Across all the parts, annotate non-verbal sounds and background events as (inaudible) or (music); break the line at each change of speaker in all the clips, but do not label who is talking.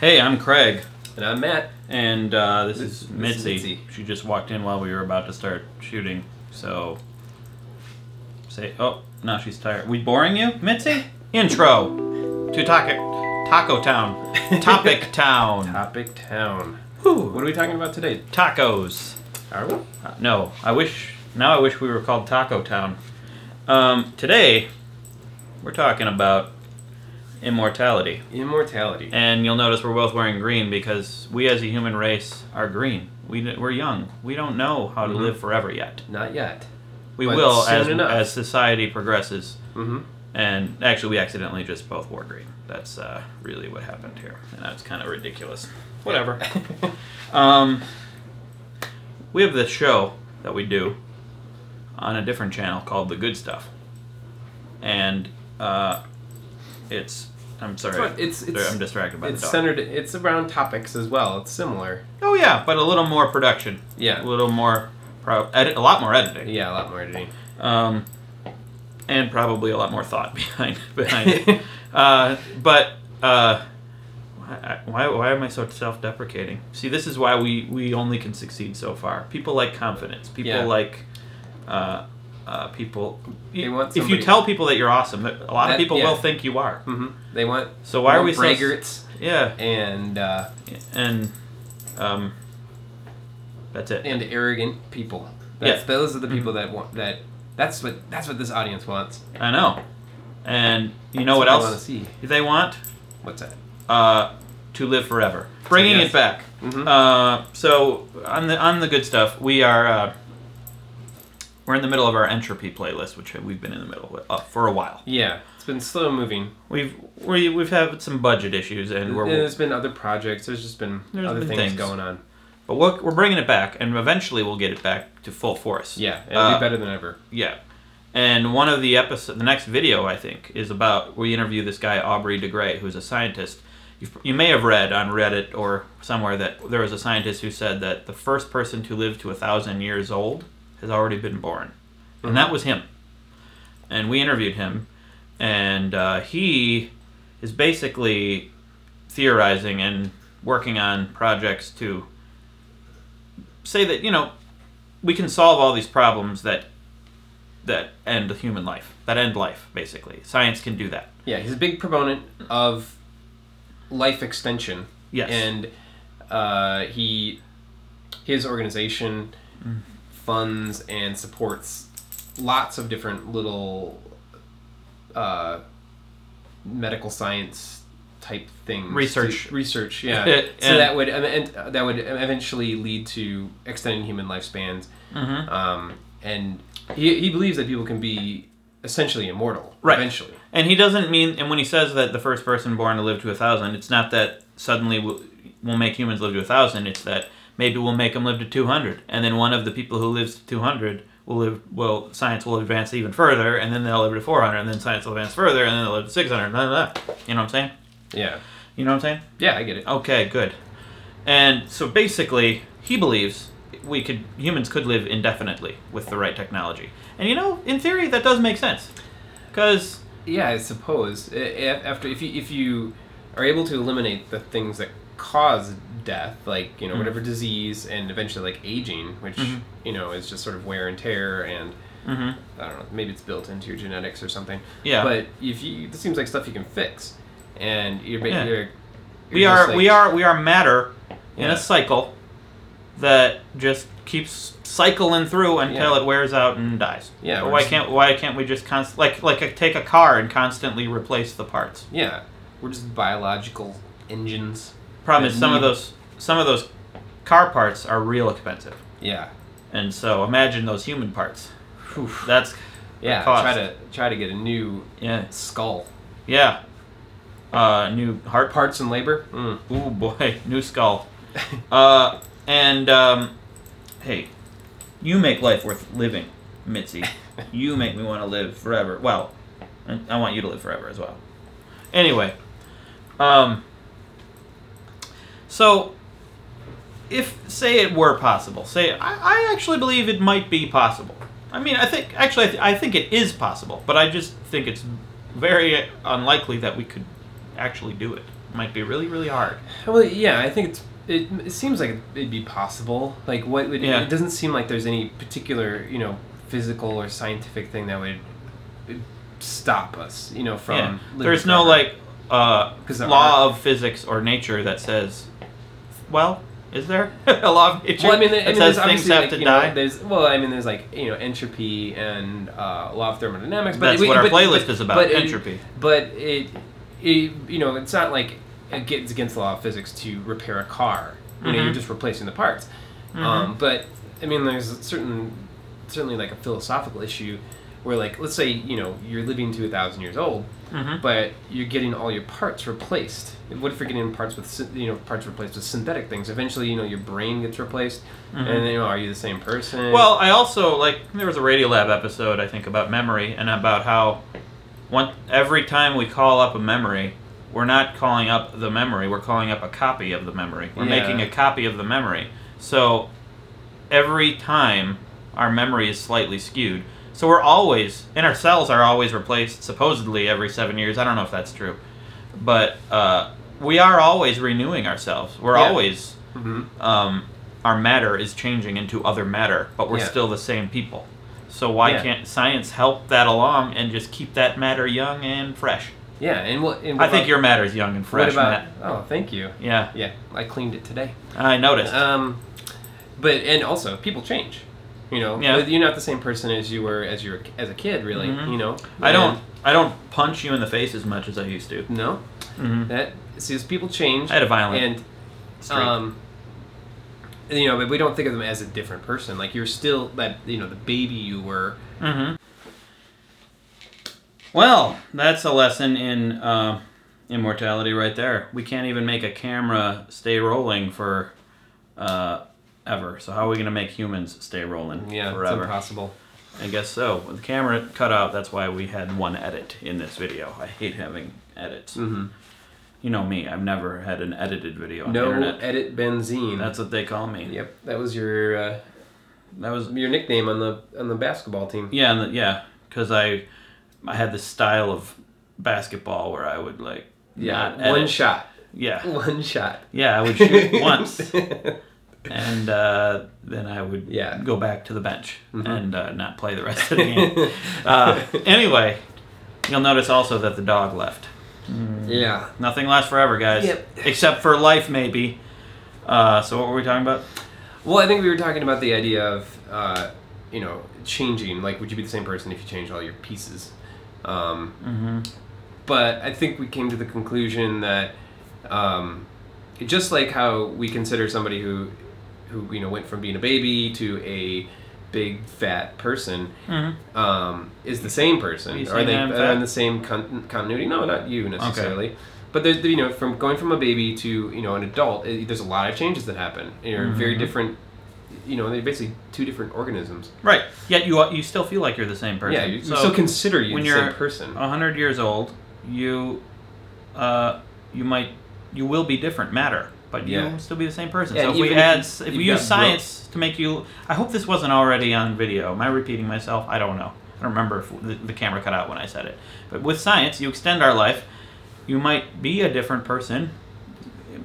Hey, I'm Craig,
And I'm Matt.
and uh, this,
This-
is
this is
Mitzi.
Mitzi.
She just walked in while we were about to start shooting, so say, oh, now she's tired. We boring you, Mitzi? Intro to Taco Taco
(laughs)
Town, Topic Town.
Topic Town. What
Whew.
are we talking about today?
Tacos.
Are we?
Uh, no, I wish. Now I wish we were called Taco Town. Um, today, we're talking about immortality,
Immortality.
and you'll notice we're both wearing green because we, as a human race, are green. We, we're young. We don't know how to
Mhm.
live forever yet.
Not yet.
We
But
will
soon
as
enough.
as society progresses.
Mm-hmm.
And actually, we accidentally just both wore green. That's uh, really what happened here, and that's kind of ridiculous. (laughs) Whatever. Um, we have this show that we do on a different channel called The Good Stuff, and uh, it's I'm sorry,
It's- it's-
Sorry, I'm distracted by the
it's
dog.
centered. It's around topics as well. It's similar.
oh yeah, but a little more production, a
Yeah.
little more pro- edit, a lot more editing,
Yeah. A lot more editing.
um, and probably a lot more thought (laughs) behind behind it. Uh, but uh, why, why why am I so self deprecating? See, this is why we we only can succeed so far. People like confidence. People
Yeah.
like. Uh, uh, people,
They want
if you
somebody-
tell people that you're awesome, a lot
That-
of people
yeah.
will think you are.
(laughs) mm-hmm. They want.
So why are
want
we so-
braggarts
Yeah,
and uh,
and um, that's it.
and arrogant people? That's,
Yeah. Mm-hmm.
Those are the people that want that. That's what that's what this audience wants.
I know. And you know
That's
what
they want to
else
see?
they want?
What's that?
uh, to live forever, bringing
Yes.
it back.
Mhm.
Uh, so on the on the good stuff, we are uh, we're in the middle of our entropy playlist, which we've been in the middle of uh, for a while.
Yeah. It's been slow moving.
We've we, we've had some budget issues, and
And
we're
there's been other projects. There's just been
There's
other
been
things,
things.
going on.
but we're, we're bringing it back, and eventually we'll get it back to full force.
Yeah. It'll
Uh,
be better than ever.
yeah. And one of the episode, the next video I think is about we interview this guy Aubrey de Grey, who's a scientist. You've, you may have read on Reddit or somewhere that there was a scientist who said that the first person to live to a thousand years old has already been born, and that was him. And we interviewed him, and uh, he is basically theorizing and working on projects to say that you know we can solve all these problems that that end human life, that end life, basically. Science can do that.
Yeah, he's a big proponent of life extension.
Yes.
And uh, he his organization funds and supports lots of different little uh, medical science type things
Research.
to- research yeah
(laughs) It-
so
and-
that would and, and that would eventually lead to extending human lifespans
Mm-hmm.
um, and he, he believes that people can be essentially immortal
Right.
eventually
And he doesn't mean, and when he says that the first person born to live to a thousand, it's not that suddenly we'll, we'll make humans live to a thousand. It's that maybe we'll make them live to two hundred, and then one of the people who lives to two hundred will live. Well, science will advance even further, and then they'll live to four hundred, and then science will advance further, and then they'll live to six hundred. You know what I'm saying?
yeah
You know what I'm saying?
Yeah, I get it.
Okay, good. And so basically, he believes we could humans could live indefinitely with the right technology. And you know, in theory, that does make sense, because
Yeah, I suppose I- if- after if you if you are able to eliminate the things that cause death, like
Mm-hmm.
you know whatever disease and eventually like aging, which
Mhm.
you know is just sort of wear and tear and
mm-hmm,
I don't know maybe it's built into your genetics or something.
yeah,
But if you this seems like stuff you can fix, and you're, ba-
Yeah.
you're, you're
we
just,
are
like-
we are we are matter in
Yeah.
a cycle that just keeps cycling through until
Yeah.
it wears out and dies.
Yeah,
But
we're
why
just-
can't why can't we just const- like like uh, take a car and constantly replace the parts?
yeah we're just biological engines.
Problem is,
That
some of
need-
those some of those car parts are real expensive.
Yeah.
And so imagine those human parts.
Whew.
That's
Yeah.
cost.
Try to try to get a new
yeah,
skull.
yeah. Uh, new heart part.
Parts and labor. Mm.
Ooh boy, (laughs) new skull.
(laughs)
Uh, and um, hey, you make life worth living, Mitzi. You make me want to live forever. Well, I- I want you to live forever as well. Anyway, um, so if say it were possible, say I, I actually believe it might be possible. I mean, I think actually I, th- I think it is possible, but I just think it's very unlikely that we could actually do it. might be really really hard.
Well, yeah, I think it's. It, it seems like it'd be possible. Like, what would
Yeah.
it doesn't seem like there's any particular, you know, physical or scientific thing that would would stop us, you know, from.
yeah.
living
There's no
forever.
like uh,
'Cause there
law
are-
of physics or nature that says, well, is there (laughs) a law of nature
Well, I mean, there-
that
I mean
says
there's
things
obviously
have
like,
to
you know,
die?
there's well, I mean, there's like you know entropy and uh, law of thermodynamics. But
That's
we-
what our
but-
playlist
but-
is about,
but it-
entropy.
but it, it, you know, it's not like it gets against the law of physics to repair a car. You know,
Mhm.
you're just replacing the parts.
Mm-hmm.
Um, but I mean, there's a certain, certainly like a philosophical issue where, like, let's say you know you're living to a thousand years old,
Mhm.
but you're getting all your parts replaced. And What if you're getting parts with syn- you know parts replaced with synthetic things? Eventually, you know your brain gets replaced, and then you know, are you the same person?
Mm-hmm. Well, I also like there was a Radiolab episode I think about memory and about how one every time we call up a memory, we're not calling up the memory, we're calling up a copy of the memory. We're
Yeah.
making a copy of the memory. So every time our memory is slightly skewed. So we're always and our cells are always replaced supposedly every 7 years. I don't know if that's true. But uh, we are always renewing ourselves. We're
Yeah.
always
hmm
um, our matter is changing into other matter, but we're
Yeah.
still the same people. So why
Yeah.
can't science help that along and just keep that matter young and fresh?
yeah, and what? And what
I think
about-
your matter is young and fresh.
What about?
Matt.
Oh, thank you.
Yeah,
Yeah, I cleaned it today.
I noticed.
Um, but and also people change. You know,
Yeah.
you're not the same person as you were as you were as a kid. Really,
Mhm.
you know.
I don't. I don't punch you in the face as much as I used to.
And- No,
Mm-hmm.
that sees people change.
I had a violent
and
streak.
um, you know, but we don't think of them as a different person. Like you're still that you know the baby you were.
hmm Well, that's a lesson in uh, immortality right there. We can't even make a camera stay rolling for uh, ever. So how are we gonna make humans stay rolling
Yeah, it's
forever?
impossible.
I guess so. With the camera cut out, that's why we had one edit in this video. I hate having edits.
hmm
You know me. I've never had an edited video on
No
the internet.
edit benzene.
That's what they call me.
yep. That was your uh,
That was
your nickname on the on the basketball team.
Yeah, and the, yeah, because I, I had this style of basketball where I would like not
one
edit.
shot. (laughs)
yeah,
One shot. (laughs)
yeah, I would shoot once, and uh, then I would
Yeah.
go back to the bench
Mhm.
and uh, not play the rest of the
(laughs)
game. uh, anyway, you'll notice also that the dog left.
yeah.
Nothing lasts forever, guys.
Yep.
Except for life, maybe. Uh, so what were we talking about?
Well, I think we were talking about the idea of, uh, you know, changing. Like, would you be the same person if you changed all your pieces? Um,
Mm-hmm.
but I think we came to the conclusion that, um, just like how we consider somebody who, who you know, went from being a baby to a big fat person,
Mm-hmm.
um, is the same person.
Are you
are
saying
they
I'm
are
fat?
in the same con- continuity? No, not you necessarily. But there's you know from going from a baby to you know an adult, eh, there's a lot of changes that happen. You're very
Mhm.
different. You know, they're basically two different organisms.
Right. Yet you you still feel like you're the same person.
Yeah, you, you
So-
still consider you
when
the
you're-
same person.
100 years old, you uh, you might you will be different matter, but you
Yeah.
will still be the same person.
Yeah,
so if
even
we
if
add
you-
s- if
you've
we
got
use science to make you I hope this wasn't already on video. Am I repeating myself? I don't know. I don't remember if the, the camera cut out when I said it. But with science, you extend our life, you might be a different person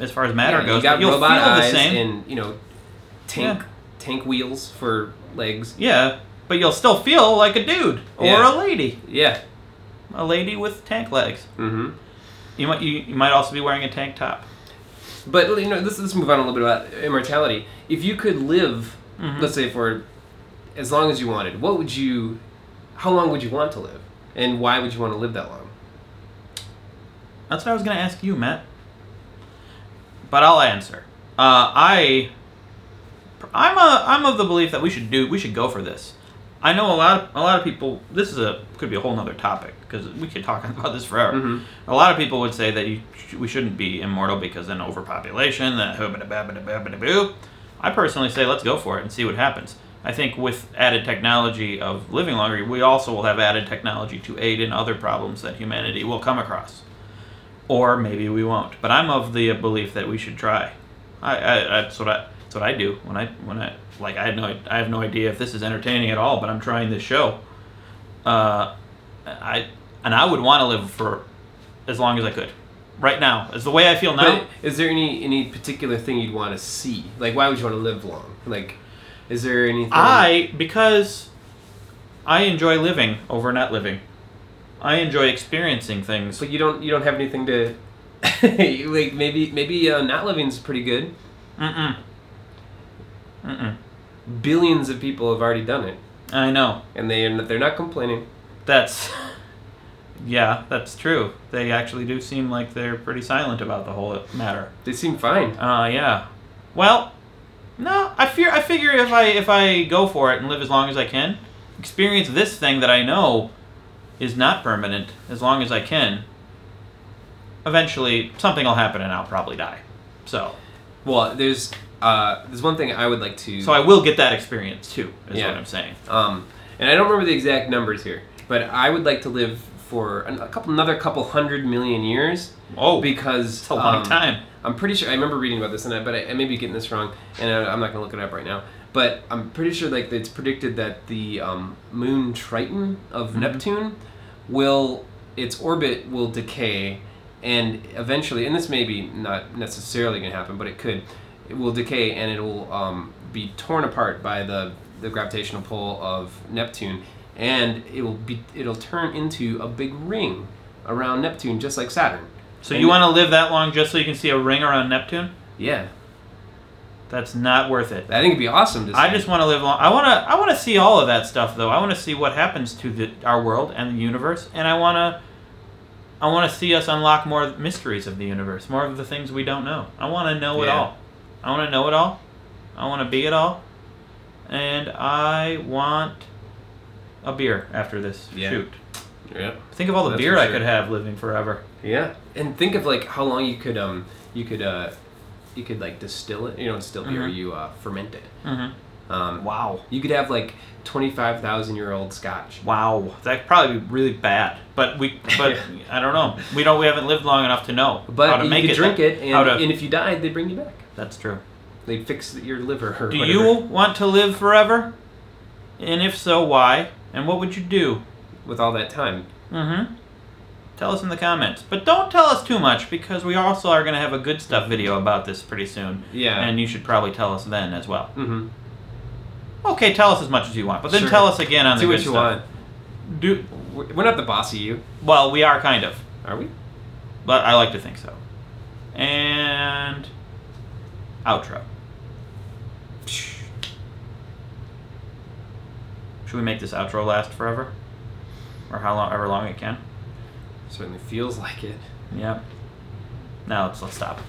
as far as matter
Yeah,
goes.
You got
but you'll
robot
feel
eyes
the same.
and you know, tank tank wheels for legs.
yeah, but you'll still feel like a dude or a
Yeah.
lady.
Yeah.
A lady with tank legs.
hmm
You might you, you might also be wearing a tank top.
But you know, let's, let's move on a little bit about immortality. If you could live,
Mhm.
let's say for as long as you wanted, what would you? How long would you want to live, and why would you want to live that long?
That's what I was going to ask you, Matt. But I'll answer. Uh, I, I'm a, I'm of the belief that we should do, we should go for this. I know a lot, of, a lot of people. This is a could be a whole nother topic because we could talk (laughs) about this forever.
Mhm.
A lot of people would say that you, sh- we shouldn't be immortal because then overpopulation. That hoobity-boobity-boobity-boo. I personally say let's go for it and see what happens. I think with added technology of living longer, we also will have added technology to aid in other problems that humanity will come across or maybe we won't. But I'm of the belief that we should try. I, I that's what I that's what I do when I when I like I had no I have no idea if this is entertaining at all, but I'm trying this show. Uh, I and I would want to live for as long as I could. right now. Is the way I feel now.
But um, is there any any particular thing you'd want to see? Like, why would you want to live long? Like, is there anything?
I because I enjoy living over not living. I enjoy experiencing things.
But you don't you don't have anything to. (laughs) like maybe maybe uh, not living's pretty good.
Mm-mm. Mm-mm.
Billions of people have already done it,
I know.
and they they're not complaining.
That's yeah, that's true. They actually do seem like they're pretty silent about the whole matter.
They seem fine.
Uh, yeah. Well, no, I fear I figure if I if I go for it and live as long as I can, experience this thing that I know is not permanent as long as I can. Eventually, something will happen and I'll probably die. So,
Well, there's uh, there's one thing I would like to.
so I will get that experience too. Is
Yeah.
what I'm saying.
Um, and I don't remember the exact numbers here, but I would like to live for an, a couple, another couple hundred million years
Oh,
because
it's a long
um,
time.
I'm pretty sure I remember reading about this, and I, but I, I may be getting this wrong, and I, I'm not gonna look it up right now. But I'm pretty sure like it's predicted that the um, moon Triton of
Mm-hmm.
Neptune will its orbit will decay, and eventually, and this may be not necessarily gonna happen, but it could. It will decay, and it will um, be torn apart by the the gravitational pull of Neptune, and it will be it'll turn into a big ring around Neptune, just like Saturn.
So
and-
you want to live that long just so you can see a ring around Neptune?
Yeah.
That's not worth it.
I think it'd be awesome to see.
I just want to live long. I want to. I want to see all of that stuff, though. I want to see what happens to the, our world and the universe, and I want to. I want to see us unlock more mysteries of the universe, more of the things we don't know. I want to know it
Yeah.
all. I want to know it all. I want to be it all, and I want a beer after this
Yeah.
shoot.
yeah,
Think of all the
That's
beer
for
I
sure.
could have living forever.
yeah, and think of like how long you could um you could uh you could like distill it. You don't distill beer,
Mhm.
you uh, ferment it.
hmm
Um,
Wow.
you could have like twenty five thousand year old Scotch.
Wow. That'd probably be really bad. But we.
(laughs)
But I don't know. We don't. We haven't lived long enough to know how
But
to
you
make
could
it.
drink it, and,
how to-
and if you died, they bring you back.
That's true.
They fix your liver. Or
Do
whatever.
you want to live forever? And if so, why? And what would you do?
with all that time?
Mm-hmm. Tell us in the comments. But don't tell us too much because we also are going to have a good stuff video about this pretty soon.
Yeah.
And you should probably tell us then as well.
Mm-hmm.
Okay, tell us as much as you want, but then
Sure.
tell us again on
Do
the
what
good
you
stuff.
want.
want. Do
We're we're not the boss of you,
well, we are kind of,
are we?
but I like to think so. And outro. Should we make this outro last forever, or how long, ever long it can?
Certainly feels like it.
Yep. Now let's let's stop.